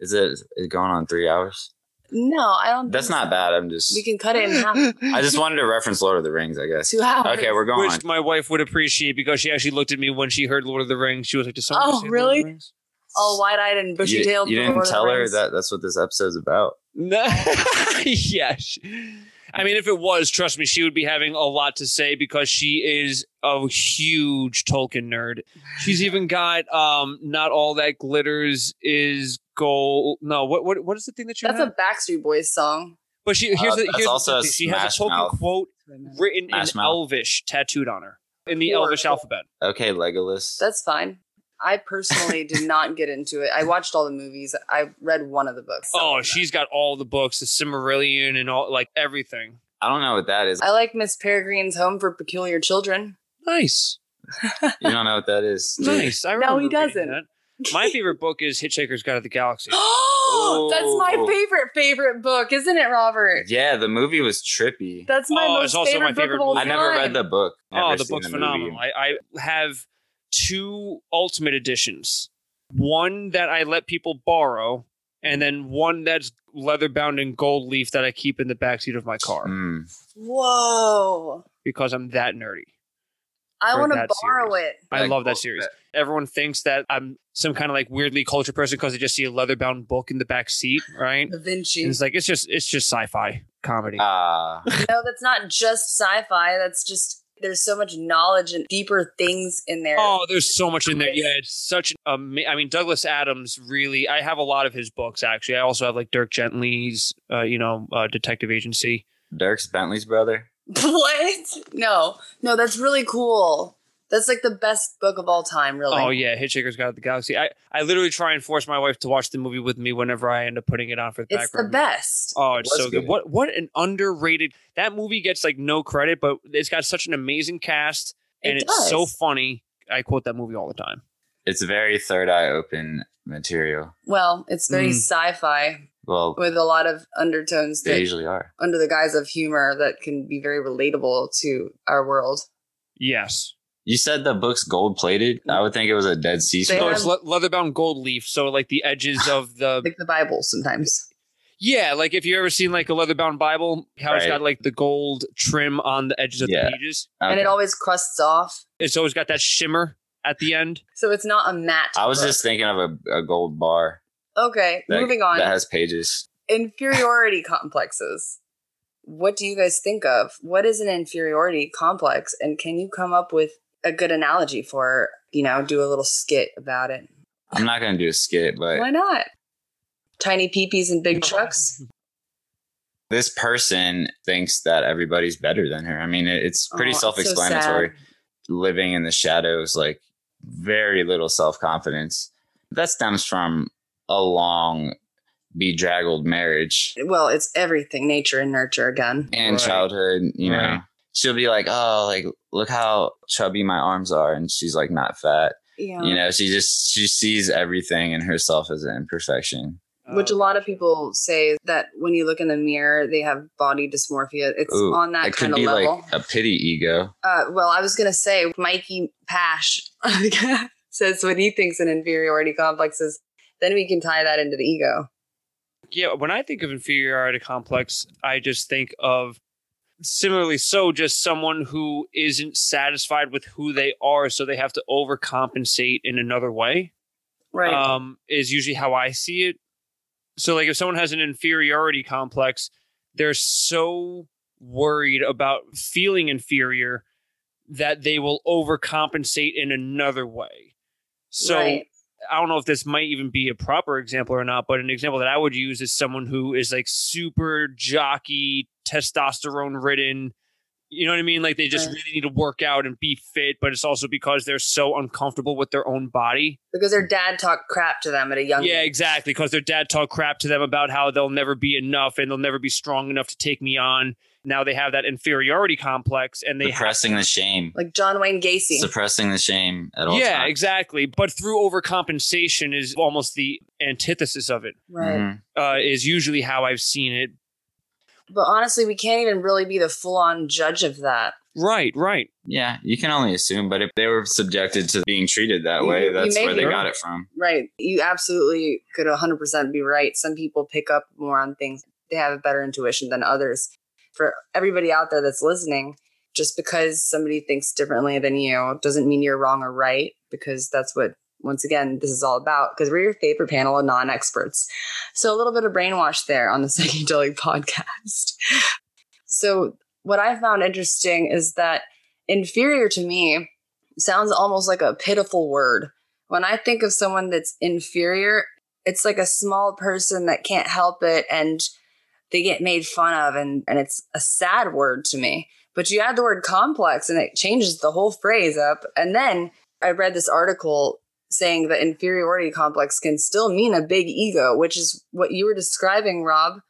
Speaker 2: Is it, is it going on three hours?
Speaker 1: No, I don't.
Speaker 2: That's
Speaker 1: think so.
Speaker 2: not bad. I'm just.
Speaker 1: We can cut it in half.
Speaker 2: I just wanted to reference Lord of the Rings. I guess.
Speaker 1: Two hours.
Speaker 2: Okay, we're going.
Speaker 3: Which my wife would appreciate because she actually looked at me when she heard Lord of the Rings. She was like, "Does someone
Speaker 1: Oh,
Speaker 3: just say Lord of the
Speaker 1: really?
Speaker 3: Rings?"
Speaker 1: all wide-eyed and
Speaker 2: you,
Speaker 1: bushy-tailed.
Speaker 2: you
Speaker 1: for
Speaker 2: didn't
Speaker 1: Lord of the
Speaker 2: tell her
Speaker 1: Rings.
Speaker 2: that that's what this episode's about.
Speaker 3: No. yes. I mean, if it was, trust me, she would be having a lot to say because she is a huge Tolkien nerd. She's even got um, not all that glitters is gold. No, what what what is the thing that you
Speaker 1: That's
Speaker 3: have?
Speaker 1: a Backstreet Boys song.
Speaker 3: but she here's
Speaker 2: Uh,
Speaker 3: the,
Speaker 2: that's
Speaker 3: here's
Speaker 2: also
Speaker 3: the
Speaker 2: a
Speaker 3: thing. she has a
Speaker 2: Smash
Speaker 3: Tolkien
Speaker 2: Mouth.
Speaker 3: quote written
Speaker 2: Smash
Speaker 3: in
Speaker 2: Mouth.
Speaker 3: Elvish tattooed on her in the
Speaker 1: Sure.
Speaker 3: Elvish alphabet.
Speaker 2: Okay, Legolas.
Speaker 1: That's fine. I personally did not get into it. I watched all the movies. I read one of the books.
Speaker 3: Oh, she's got all the books, the Cimmerillion, and all like everything.
Speaker 2: I don't know what that is.
Speaker 1: I like Miss Peregrine's Home for Peculiar Children.
Speaker 3: Nice.
Speaker 2: You don't know what that is.
Speaker 3: Nice. I
Speaker 1: No, he
Speaker 3: remember reading
Speaker 1: doesn't.
Speaker 3: that. My favorite book is Hitchhiker's Guide to the Galaxy.
Speaker 1: That's my
Speaker 2: Oh.
Speaker 1: favorite favorite book, isn't it, Robert?
Speaker 2: Yeah, the movie was trippy.
Speaker 1: That's my
Speaker 3: Oh,
Speaker 1: most
Speaker 3: it's also
Speaker 1: favorite
Speaker 3: my
Speaker 1: book
Speaker 3: favorite
Speaker 1: of all
Speaker 2: I
Speaker 3: movie.
Speaker 1: time.
Speaker 2: never read the book.
Speaker 3: oh,
Speaker 2: never
Speaker 3: the
Speaker 2: seen
Speaker 3: book's
Speaker 2: movie.
Speaker 3: phenomenal. I, I have two ultimate editions. One that I let people borrow, and then one that's leather bound in gold leaf that I keep in the backseat of my car
Speaker 2: Mm.
Speaker 1: Whoa.
Speaker 3: because I'm that nerdy.
Speaker 1: I
Speaker 3: Read
Speaker 1: want to
Speaker 3: that
Speaker 1: borrow it.
Speaker 3: I
Speaker 2: Like,
Speaker 3: love that
Speaker 2: well,
Speaker 3: series. Everyone thinks that I'm some kind of like weirdly cultured person because they just see a leather bound book in the back seat, right?
Speaker 1: Da
Speaker 3: And
Speaker 1: Vinci.
Speaker 3: it's like it's just it's just sci-fi comedy.
Speaker 2: Ah,
Speaker 1: no, that's not just sci-fi. That's just there's so much knowledge and deeper things in there.
Speaker 3: Oh, there's so much in there. Yeah, it's such. Um, I mean, Douglas Adams really. I have a lot of his books actually. I also have like Dirk Gently's, uh, you know, uh, Detective Agency.
Speaker 2: Dirk's Bentley's brother.
Speaker 1: what? No, no, that's really cool. That's like the best book of all time, really.
Speaker 3: Oh yeah, Hitchhiker's Guide to the Galaxy. I I literally try and force my wife to watch the movie with me whenever I end up putting it on for the
Speaker 1: it's the
Speaker 3: background.
Speaker 1: best.
Speaker 3: Oh, it's
Speaker 2: Was
Speaker 3: so good.
Speaker 2: good.
Speaker 3: What what an underrated that movie gets like no credit, but it's got such an amazing cast and
Speaker 1: It
Speaker 3: it's so
Speaker 1: does.
Speaker 3: funny. I quote that movie all the time.
Speaker 2: It's very third eye open material.
Speaker 1: Well, it's very
Speaker 3: Mm.
Speaker 1: sci-fi
Speaker 2: Well,
Speaker 1: with a lot of undertones
Speaker 2: they
Speaker 1: that,
Speaker 2: usually are.
Speaker 1: under the guise of humor, that can be very relatable to our world.
Speaker 3: Yes.
Speaker 2: You said the book's gold plated. I would think it was a Dead Sea
Speaker 1: They
Speaker 3: No,
Speaker 2: Scroll.
Speaker 1: have-
Speaker 3: it's le- leatherbound gold leaf, so like the edges of the
Speaker 1: Like the Bible sometimes.
Speaker 3: Yeah, like if you ever seen like a leather-bound Bible, how it's
Speaker 2: Right.
Speaker 3: got like the gold trim on the edges of
Speaker 2: Yeah.
Speaker 3: the pages.
Speaker 1: And it
Speaker 2: Okay.
Speaker 1: always crusts off.
Speaker 3: It's always got that shimmer at the end.
Speaker 1: So it's not a matte.
Speaker 2: I was
Speaker 1: book.
Speaker 2: just thinking of a, a gold bar
Speaker 1: Okay,
Speaker 2: that,
Speaker 1: moving on.
Speaker 2: that has pages.
Speaker 1: inferiority complexes. What do you guys think of? What is an inferiority complex? And can you come up with a good analogy for, you know, do a little skit about it?
Speaker 2: I'm not gonna do a skit, but
Speaker 1: Why not? Tiny peepees and big trucks?
Speaker 2: this person thinks that everybody's better than her. I mean, it, it's pretty
Speaker 1: Aw, it's so
Speaker 2: self-explanatory.
Speaker 1: sad.
Speaker 2: living in the shadows, like very little self confidence. That stems from a long, bedraggled marriage
Speaker 1: well, it's everything nature and nurture again.
Speaker 2: and
Speaker 3: Right.
Speaker 2: childhood. You know,
Speaker 3: Right.
Speaker 2: she'll be like, "Oh, like look how chubby my arms are," and she's like, "Not fat."
Speaker 1: Yeah.
Speaker 2: You know, she just she sees everything in herself as an imperfection.
Speaker 3: Uh,
Speaker 1: Which a lot of people say that when you look in the mirror, they have body dysmorphia. It's
Speaker 2: Ooh,
Speaker 1: on that
Speaker 2: it could
Speaker 1: kind of
Speaker 2: be
Speaker 1: level.
Speaker 2: like a pity ego.
Speaker 1: Uh, well, I was gonna say Mikey Pash says what he thinks an inferiority complex is. Then we can tie that into the ego.
Speaker 3: Yeah, when I think of inferiority complex, I just think of similarly so just someone who isn't satisfied with who they are, so they have to overcompensate in another way.
Speaker 1: Right.
Speaker 3: um, is usually how I see it. So, like, if someone has an inferiority complex, they're so worried about feeling inferior that they will overcompensate in another way. So,
Speaker 1: right.
Speaker 3: I don't know if this might even be a proper example or not, but an example that I would use is someone who is like super jockey, testosterone ridden. You know what I mean? Like they just
Speaker 1: Right.
Speaker 3: really need to work out and be fit, but it's also because they're so uncomfortable with their own body
Speaker 1: because their dad talked crap to them at a young
Speaker 3: yeah,
Speaker 1: age.
Speaker 3: exactly. Because their dad talked crap to them about how they'll never be enough and they'll never be strong enough to take me on. Now they have that inferiority complex and they have.
Speaker 2: suppressing the shame,
Speaker 1: like John Wayne Gacy.
Speaker 2: suppressing the shame at all
Speaker 3: Yeah,
Speaker 2: times.
Speaker 3: exactly. But through overcompensation is almost the antithesis of it,
Speaker 1: right.
Speaker 2: Mhm.
Speaker 3: uh, is usually how I've seen it.
Speaker 1: But honestly, we can't even really be the full on judge of that.
Speaker 3: Right, right.
Speaker 2: Yeah, you can only assume, but if they were subjected to being treated that
Speaker 1: You-
Speaker 2: way,
Speaker 1: you
Speaker 2: that's
Speaker 1: may
Speaker 2: where
Speaker 1: be
Speaker 2: they
Speaker 3: right.
Speaker 2: got it from.
Speaker 1: Right. You absolutely could 100% be right. Some people pick up more on things, they have a better intuition than others. For everybody out there that's listening, just because somebody thinks differently than you doesn't mean you're wrong or right, because that's what once again, this is all about because we're your favorite panel of non experts. So, a little bit of brainwash there on the psychedelic podcast. So, what I found interesting is that inferior to me sounds almost like a pitiful word. When I think of someone that's inferior, it's like a small person that can't help it and they get made fun of, and, and it's a sad word to me. But you add the word complex and it changes the whole phrase up. And then I read this article saying that inferiority complex can still mean a big ego, which is what you were describing, Rob.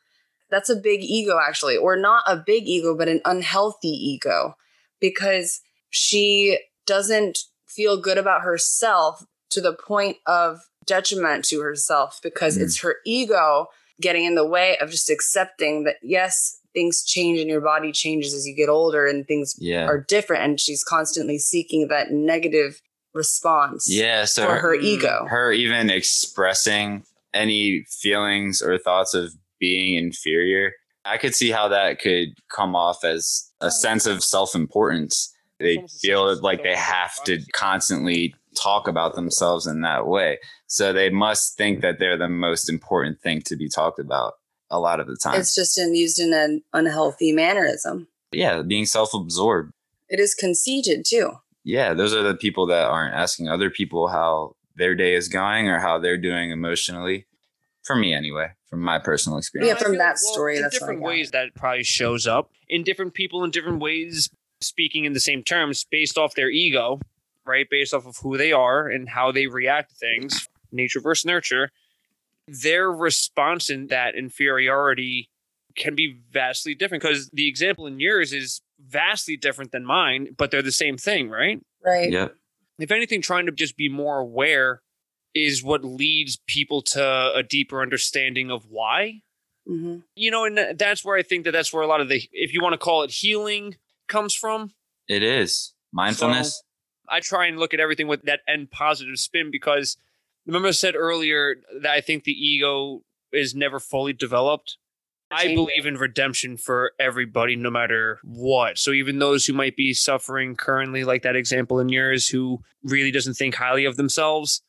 Speaker 1: That's a big ego, actually, or not a big ego, but an unhealthy ego, because she doesn't feel good about herself to the point of detriment to herself because
Speaker 2: Mm.
Speaker 1: it's her ego getting in the way of just accepting that, yes, things change and your body changes as you get older and things
Speaker 2: Yeah.
Speaker 1: are different. And she's constantly seeking that negative response
Speaker 2: yeah. So
Speaker 1: for her ego.
Speaker 2: her even expressing any feelings or thoughts of being inferior i could see how that could come off as a sense of self-importance they feel like they have to constantly talk about themselves in that way so they must think that they're the most important thing to be talked about a lot of the time
Speaker 1: It's just in, used in an unhealthy mannerism.
Speaker 2: yeah being self-absorbed
Speaker 1: It is conceited too.
Speaker 2: yeah those are the people that aren't asking other people how their day is going or how they're doing emotionally for me anyway from my personal experience
Speaker 1: Yeah,
Speaker 3: I
Speaker 1: from
Speaker 3: feel-
Speaker 1: that story,
Speaker 3: In
Speaker 1: that's what I
Speaker 3: different
Speaker 1: got.
Speaker 3: ways that it probably shows up in different people in different ways, speaking in the same terms based off their ego, right? Based off of who they are and how they react to things, nature versus nurture. Their response in that inferiority can be vastly different because the example in yours is vastly different than mine, but they're the same thing, right?
Speaker 1: Right.
Speaker 2: Yep.
Speaker 3: if anything, trying to just be more aware is what leads people to a deeper understanding of why.
Speaker 1: hmm
Speaker 3: You know, and tha- that's where I think that that's where a lot of the, if you want to call it healing, comes from.
Speaker 2: It is. Mindfulness.
Speaker 3: I try and look at everything with that end positive spin because remember I said earlier that I think the ego is never fully developed. I
Speaker 1: Changing.
Speaker 3: believe in redemption for everybody, no matter what. So even those who might be suffering currently, like that example in yours, who really doesn't think highly of themselves,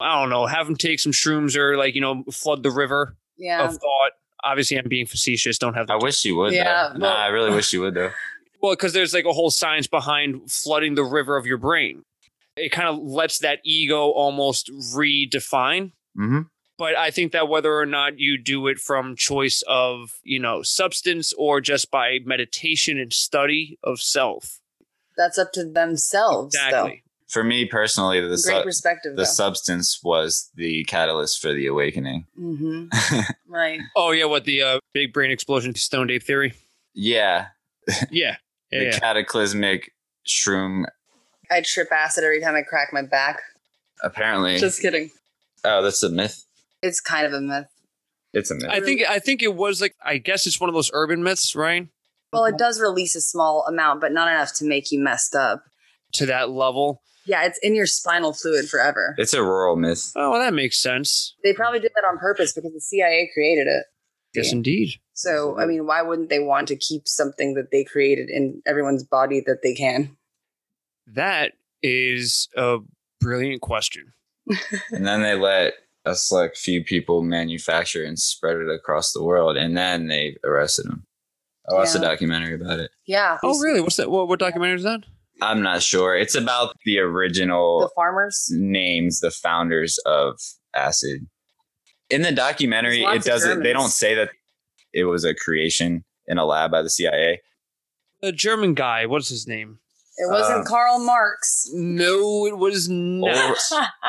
Speaker 3: I don't know, have them take some shrooms or like you know flood the river
Speaker 1: Yeah.
Speaker 3: of thought. Obviously, I'm being facetious. Don't have the
Speaker 2: I wish you would.
Speaker 1: Yeah,
Speaker 2: Yeah. Though.
Speaker 1: well-
Speaker 2: nah, I really wish you would though.
Speaker 3: well, because there's like a whole science behind flooding the river of your brain. It kind of lets that ego almost redefine.
Speaker 2: hmm
Speaker 3: But I think that whether or not you do it from choice of, you know, substance or just by meditation and study of self.
Speaker 1: That's up to themselves.
Speaker 3: Exactly.
Speaker 2: For me personally,
Speaker 1: Though.
Speaker 2: the
Speaker 1: Great
Speaker 2: su-
Speaker 1: perspective.
Speaker 2: the substance was the catalyst for the awakening.
Speaker 1: though. hmm Right.
Speaker 3: Oh, yeah. What the uh, big brain explosion, Stone Ape theory?
Speaker 2: yeah,
Speaker 3: Yeah. Yeah.
Speaker 2: the
Speaker 3: yeah.
Speaker 2: cataclysmic shroom.
Speaker 1: I trip acid every time I crack my back.
Speaker 2: Apparently,
Speaker 1: Just kidding.
Speaker 2: oh, that's a myth.
Speaker 1: It's kind of a myth.
Speaker 2: It's a myth.
Speaker 3: I think I think it was like I guess it's one of those urban myths, right?
Speaker 1: Well, it does release a small amount, but not enough to make you messed up.
Speaker 3: To that level.
Speaker 1: Yeah, it's in your spinal fluid forever.
Speaker 2: it's a rural myth.
Speaker 3: Oh, well, that makes sense.
Speaker 1: They probably did that on purpose because the CIA created it.
Speaker 3: Yes, indeed.
Speaker 1: So, I mean, why wouldn't they want to keep something that they created in everyone's body that they can?
Speaker 3: That is a brilliant question.
Speaker 2: and then they let a select few people manufacture and spread it across the world, and then they arrested them. I watched a
Speaker 1: Yeah.
Speaker 2: documentary about it.
Speaker 1: Yeah.
Speaker 3: Oh, really? What's that? What, what documentary is that?
Speaker 2: I'm not sure. It's about the original
Speaker 1: The farmers.
Speaker 2: names the founders of acid. In the documentary,
Speaker 1: There's lots
Speaker 2: it
Speaker 1: of
Speaker 2: doesn't. They
Speaker 1: Germans.
Speaker 2: don't say that it was a creation in a lab by the CIA.
Speaker 3: A German guy. What's his name?
Speaker 1: It wasn't
Speaker 2: Um,
Speaker 1: Karl Marx.
Speaker 3: No, it was
Speaker 2: Ul-
Speaker 3: not.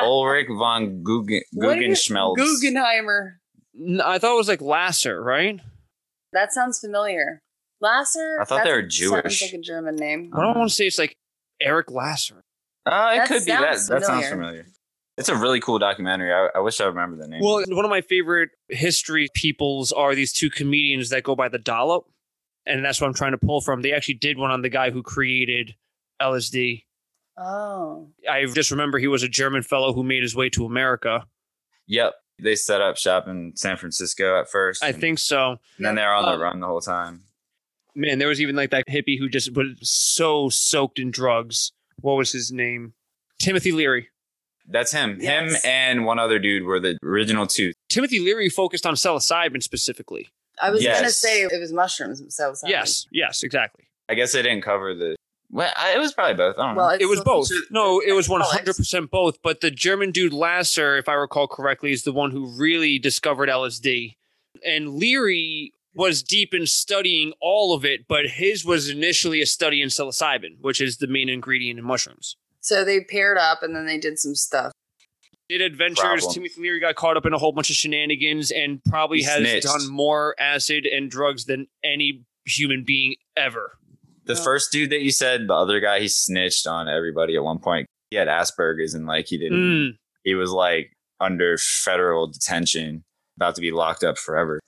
Speaker 2: Ulrich von Guggen,
Speaker 1: What did it-
Speaker 2: Guggenschmelz.
Speaker 1: Guggenheimer.
Speaker 3: N- I thought it was like Lasser, right?
Speaker 1: That sounds familiar. Lasser.
Speaker 2: I thought
Speaker 1: that
Speaker 2: they were
Speaker 1: Sounds
Speaker 2: Jewish.
Speaker 1: like a German name.
Speaker 3: I don't want to say it's like Eric Lasser.
Speaker 2: Uh, it
Speaker 1: That
Speaker 2: could be that.
Speaker 1: sounds
Speaker 2: That sounds
Speaker 1: familiar.
Speaker 2: familiar. It's a really cool documentary. I, I wish I remember the name.
Speaker 3: Well, one of my favorite history peoples are these two comedians that go by the dollop. And that's what I'm trying to pull from. They actually did one on the guy who created LSD.
Speaker 1: Oh,
Speaker 3: I just remember he was a German fellow who made his way to America.
Speaker 2: yep. They set up shop in San Francisco at first.
Speaker 3: I
Speaker 2: and
Speaker 3: think so.
Speaker 2: then they're on the
Speaker 3: Um,
Speaker 2: run the whole time.
Speaker 3: man, there was even like that hippie who just was so soaked in drugs. What was his name? Timothy Leary.
Speaker 2: That's him.
Speaker 1: Yes.
Speaker 2: Him and one other dude were the original two.
Speaker 3: Timothy Leary focused on psilocybin specifically.
Speaker 1: I was gonna
Speaker 2: Yes.
Speaker 1: say it was mushrooms. So it's not-
Speaker 3: Yes, yes, exactly.
Speaker 2: I guess they didn't cover the. Well, I, it was probably both. I don't
Speaker 1: Well,
Speaker 2: know.
Speaker 1: it's
Speaker 3: it was
Speaker 1: so-
Speaker 3: both. No, it was
Speaker 1: Alex.
Speaker 3: 100% both. But the German dude Lasser, if I recall correctly, is the one who really discovered LSD. And Leary was deep in studying all of it, but his was initially a study in psilocybin, which is the main ingredient in mushrooms.
Speaker 1: So they paired up and then they did some stuff.
Speaker 3: Did adventures.
Speaker 2: Problem.
Speaker 3: Timothy Leary got caught up in a whole bunch of shenanigans and probably
Speaker 2: He
Speaker 3: has
Speaker 2: snitched.
Speaker 3: done more acid and drugs than any human being ever.
Speaker 2: The first dude that you said, the other guy, he snitched on everybody at one point. He had Asperger's and like he didn't.
Speaker 1: Hmm.
Speaker 3: Mm.
Speaker 2: He was like under federal detention, about to be locked up forever.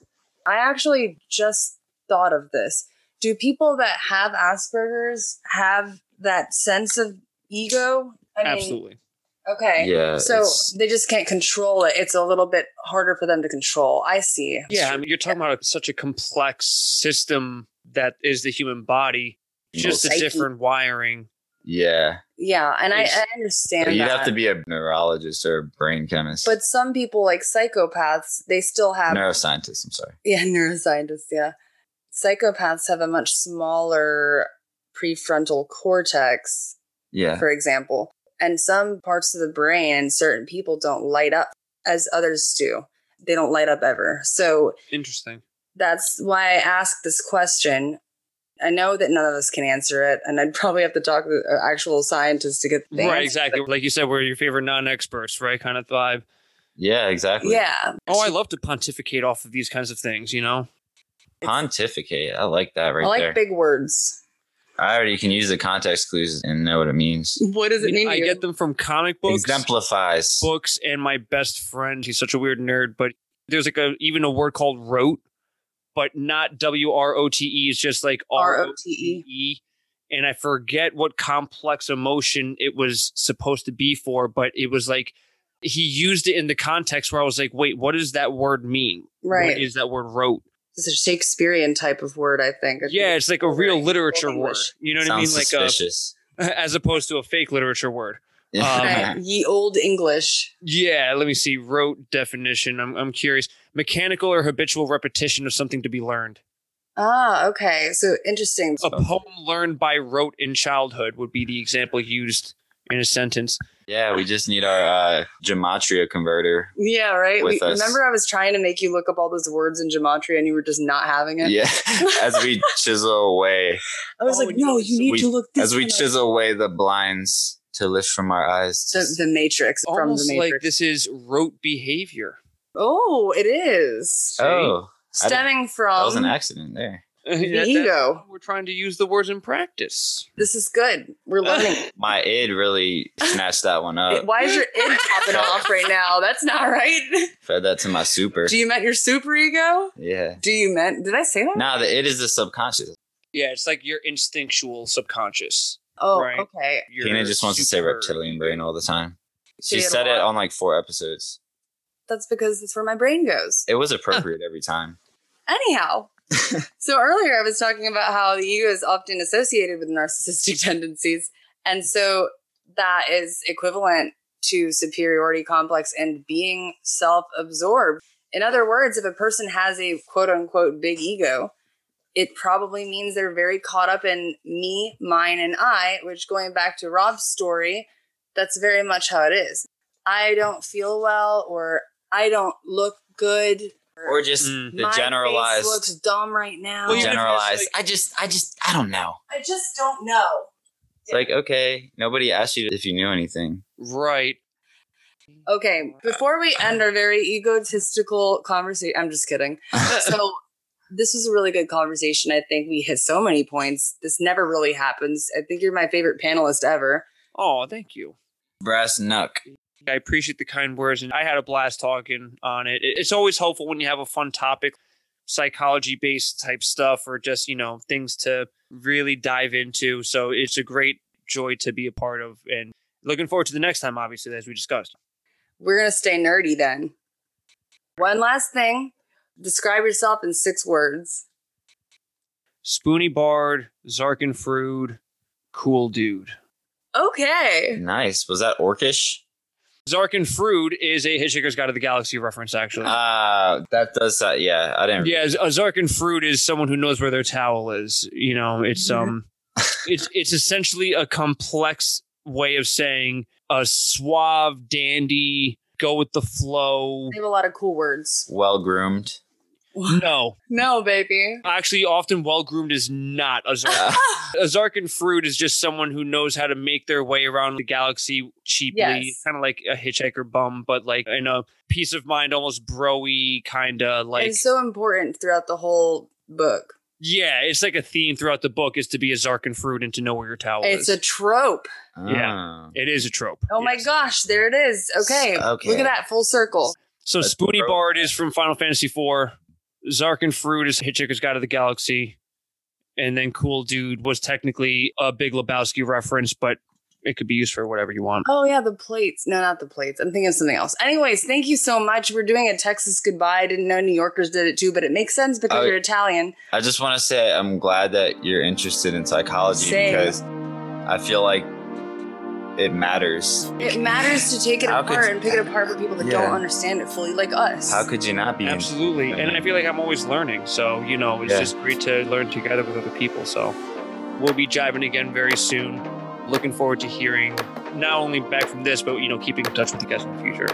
Speaker 1: I actually just thought of this. Do people that have Asperger's have that sense of ego? I mean,
Speaker 3: Absolutely.
Speaker 1: Okay.
Speaker 2: Yeah.
Speaker 1: So
Speaker 2: it's-
Speaker 1: they just can't control it. It's a little bit harder for them to control. I see.
Speaker 3: Yeah, I mean, you're talking about such a complex system that is the human body, just
Speaker 1: Psyche.
Speaker 3: a different wiring.
Speaker 2: yeah.
Speaker 1: Yeah, and I,
Speaker 3: It's-
Speaker 1: I understand.
Speaker 2: You'd
Speaker 1: that.
Speaker 2: have to be a neurologist or a brain chemist.
Speaker 1: But um, some people, like psychopaths, they still have
Speaker 2: neuroscientist, I'm sorry.
Speaker 1: yeah neuroscientists. Yeah, psychopaths have a much smaller prefrontal cortex,
Speaker 2: Yeah.
Speaker 1: for example, and some parts of the brain and certain people don't light up as others do. They don't light up ever. So
Speaker 3: Interesting.
Speaker 1: that's why I asked this question. I know that none of us can answer it, and I'd probably have to talk to an actual scientist to get the
Speaker 3: Right,
Speaker 1: answer.
Speaker 3: exactly. Like you said, we're your favorite non experts, right? Kind of vibe.
Speaker 2: yeah, exactly.
Speaker 1: Yeah.
Speaker 3: Oh, I love to pontificate off of these kinds of things, you know?
Speaker 2: Pontificate. I like that right
Speaker 1: I like
Speaker 2: there.
Speaker 1: big words.
Speaker 2: I already can use the context clues and know what it means.
Speaker 1: What does it mean?
Speaker 3: I
Speaker 1: to you?
Speaker 3: get them from comic books,
Speaker 2: Exemplifies.
Speaker 3: books, and my best friend. He's such a weird nerd, but there's like a even a word called rote, but not W R O T E. It's just like R O
Speaker 1: R-O-T-E.
Speaker 3: E. And I forget what complex emotion it was supposed to be for, but it was like he used it in the context where I was like, wait, what does that word mean?
Speaker 1: Right.
Speaker 3: What is that word wrote?
Speaker 1: It's a Shakespearean type of word, I think. I think
Speaker 3: Yeah,
Speaker 1: it's
Speaker 3: it's like a real
Speaker 1: Right.
Speaker 3: literature word.
Speaker 1: English.
Speaker 3: You know what
Speaker 2: Sounds
Speaker 3: I mean? Like uh, um,
Speaker 2: suspicious.
Speaker 3: a, as opposed to a fake literature word.
Speaker 2: um,
Speaker 1: right. ye old English.
Speaker 3: Yeah, let me see. Rote definition. I'm I'm curious. Mechanical or habitual repetition of something to be learned.
Speaker 1: Ah, okay. So interesting.
Speaker 3: A poem learned by rote in childhood would be the example used in a sentence.
Speaker 2: yeah, we just need our uh, gematria converter.
Speaker 1: Yeah, right. We,
Speaker 2: With us.
Speaker 1: remember, I was trying to make you look up all those words in gematria, and you were just not having it.
Speaker 2: Yeah, as we chisel away,
Speaker 1: I was
Speaker 3: Oh,
Speaker 1: like,
Speaker 3: you
Speaker 1: no,
Speaker 3: need
Speaker 1: you
Speaker 3: to-
Speaker 1: need
Speaker 2: we-
Speaker 1: to look this
Speaker 2: as we
Speaker 1: one up."
Speaker 2: chisel away the blinds to lift from our eyes.
Speaker 1: the, the Matrix from the
Speaker 3: Almost
Speaker 1: Matrix.
Speaker 3: like this is rote behavior.
Speaker 1: Oh, it is
Speaker 2: oh, I didn't-
Speaker 1: stemming
Speaker 2: that was
Speaker 1: from
Speaker 2: an accident there.
Speaker 1: the ego.
Speaker 3: We're trying to use the words in practice.
Speaker 1: This is good. We're learning.
Speaker 2: My id really snatched that one up.
Speaker 1: Why is your id popping off right now? That's not right.
Speaker 2: Fed that to my super.
Speaker 1: Do you meant your super ego?
Speaker 2: yeah.
Speaker 1: Do you meant? Did I say that?
Speaker 2: Now the id is the subconscious.
Speaker 3: Yeah, it's like your instinctual subconscious.
Speaker 1: oh,
Speaker 3: right.
Speaker 1: okay.
Speaker 3: Your
Speaker 2: Kena just wants to say
Speaker 3: super-
Speaker 2: reptilian brain all the time.
Speaker 1: She
Speaker 2: She
Speaker 1: had a
Speaker 2: said it
Speaker 1: lot.
Speaker 2: on like four episodes.
Speaker 1: That's because that's where my brain goes.
Speaker 2: It was appropriate every time.
Speaker 1: Anyhow, so earlier I was talking about how the ego is often associated with narcissistic tendencies. And so that is equivalent to superiority complex and being self absorbed. In other words, if a person has a quote unquote big ego, it probably means they're very caught up in me, mine, and I, which going back to Rob's story, that's very much how it is. I don't feel well, or I don't look good,
Speaker 2: Or just
Speaker 3: Mm.
Speaker 2: the
Speaker 1: my
Speaker 2: generalized
Speaker 1: face looks dumb right now.
Speaker 3: Well,
Speaker 2: the
Speaker 3: even if it's
Speaker 2: generalized.
Speaker 3: like-
Speaker 2: I just I just I don't know.
Speaker 1: I just don't know.
Speaker 2: It's like, okay, nobody asked you if you knew anything.
Speaker 3: Right.
Speaker 1: Okay, before we end our very egotistical conversation, I'm just kidding. So this was a really good conversation. I think we hit so many points. This never really happens. I think you're my favorite panelist ever.
Speaker 3: Oh, thank you.
Speaker 2: Brass knuck.
Speaker 3: I appreciate the kind words, and I had a blast talking on it. It- It's always helpful when you have a fun topic, psychology based type stuff, or just, you know, things to really dive into. So it's a great joy to be a part of, and looking forward to the next time, obviously, as we discussed.
Speaker 1: We're gonna stay nerdy then. One last thing. Describe yourself in six words.
Speaker 3: Spoony Bard, Zarkenfrude, cool dude.
Speaker 1: Okay.
Speaker 2: Nice. Was that orcish?
Speaker 3: Zarkin Frood is a Hitchhiker's Guide to the Galaxy reference, actually.
Speaker 2: Uh, that does that. yeah, I didn't.
Speaker 3: yeah, a Zarkin Frood is someone who knows where their towel is. You know, it's
Speaker 1: Mm-hmm.
Speaker 3: um, it's it's essentially a complex way of saying a suave dandy, go with the flow.
Speaker 1: They have a lot of cool words.
Speaker 2: Well groomed.
Speaker 3: No,
Speaker 1: No, baby.
Speaker 3: actually, often well groomed is not a Zarkin. a Zarkin Fruit is just someone who knows how to make their way around the galaxy cheaply,
Speaker 1: Yes.
Speaker 3: kind of like a hitchhiker bum, but like in a peace of mind, almost broy kind of like.
Speaker 1: it's so important throughout the whole book.
Speaker 3: yeah, it's like a theme throughout the book is to be a Zarkin Fruit and to know where your towel
Speaker 1: It's a
Speaker 3: is.
Speaker 1: trope.
Speaker 3: Yeah.
Speaker 2: Oh.
Speaker 3: it is a trope.
Speaker 1: Oh my
Speaker 3: Yes.
Speaker 1: gosh, there it is. Okay.
Speaker 2: Okay.
Speaker 1: Look at that full circle.
Speaker 3: So
Speaker 2: That's a
Speaker 3: Spoony
Speaker 2: trope.
Speaker 3: Bard is from Final Fantasy IV. Zarkin Fruit is Hitchhiker's Guide to the Galaxy. And then Cool Dude was technically a Big Lebowski reference, but it could be used for whatever you want.
Speaker 1: Oh yeah, the plates. No, not the plates. I'm thinking of something else. Anyways, thank you so much. We're doing a Texas goodbye. I didn't know New Yorkers did it too, but it makes sense because
Speaker 2: Oh.
Speaker 1: you're Italian.
Speaker 2: I just want to say I'm glad that you're interested in psychology
Speaker 1: Same.
Speaker 2: because I feel like it matters.
Speaker 1: It matters to take it
Speaker 2: How could
Speaker 1: apart
Speaker 2: you-
Speaker 1: and pick it apart for people that
Speaker 2: Yeah.
Speaker 1: don't understand it fully, like us.
Speaker 2: How could you not be? in-
Speaker 3: Absolutely. And I feel like I'm always learning. So, you know, it's
Speaker 2: Yeah.
Speaker 3: just great to learn together with other people. So we'll be jiving again very soon. Looking forward to hearing not only back from this, but, you know, keeping in touch with you guys in the future.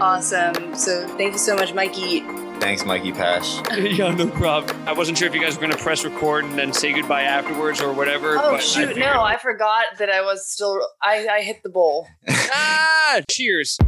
Speaker 1: awesome. So thank you so much, Mikey.
Speaker 2: Thanks, Mikey Pash.
Speaker 3: yeah, no problem. I wasn't sure if you guys were going to press record and then say goodbye afterwards or whatever.
Speaker 1: Oh
Speaker 3: but I
Speaker 1: shoot,
Speaker 3: figured-
Speaker 1: no, I forgot that I was still I, I hit the bowl.
Speaker 3: Ah, cheers.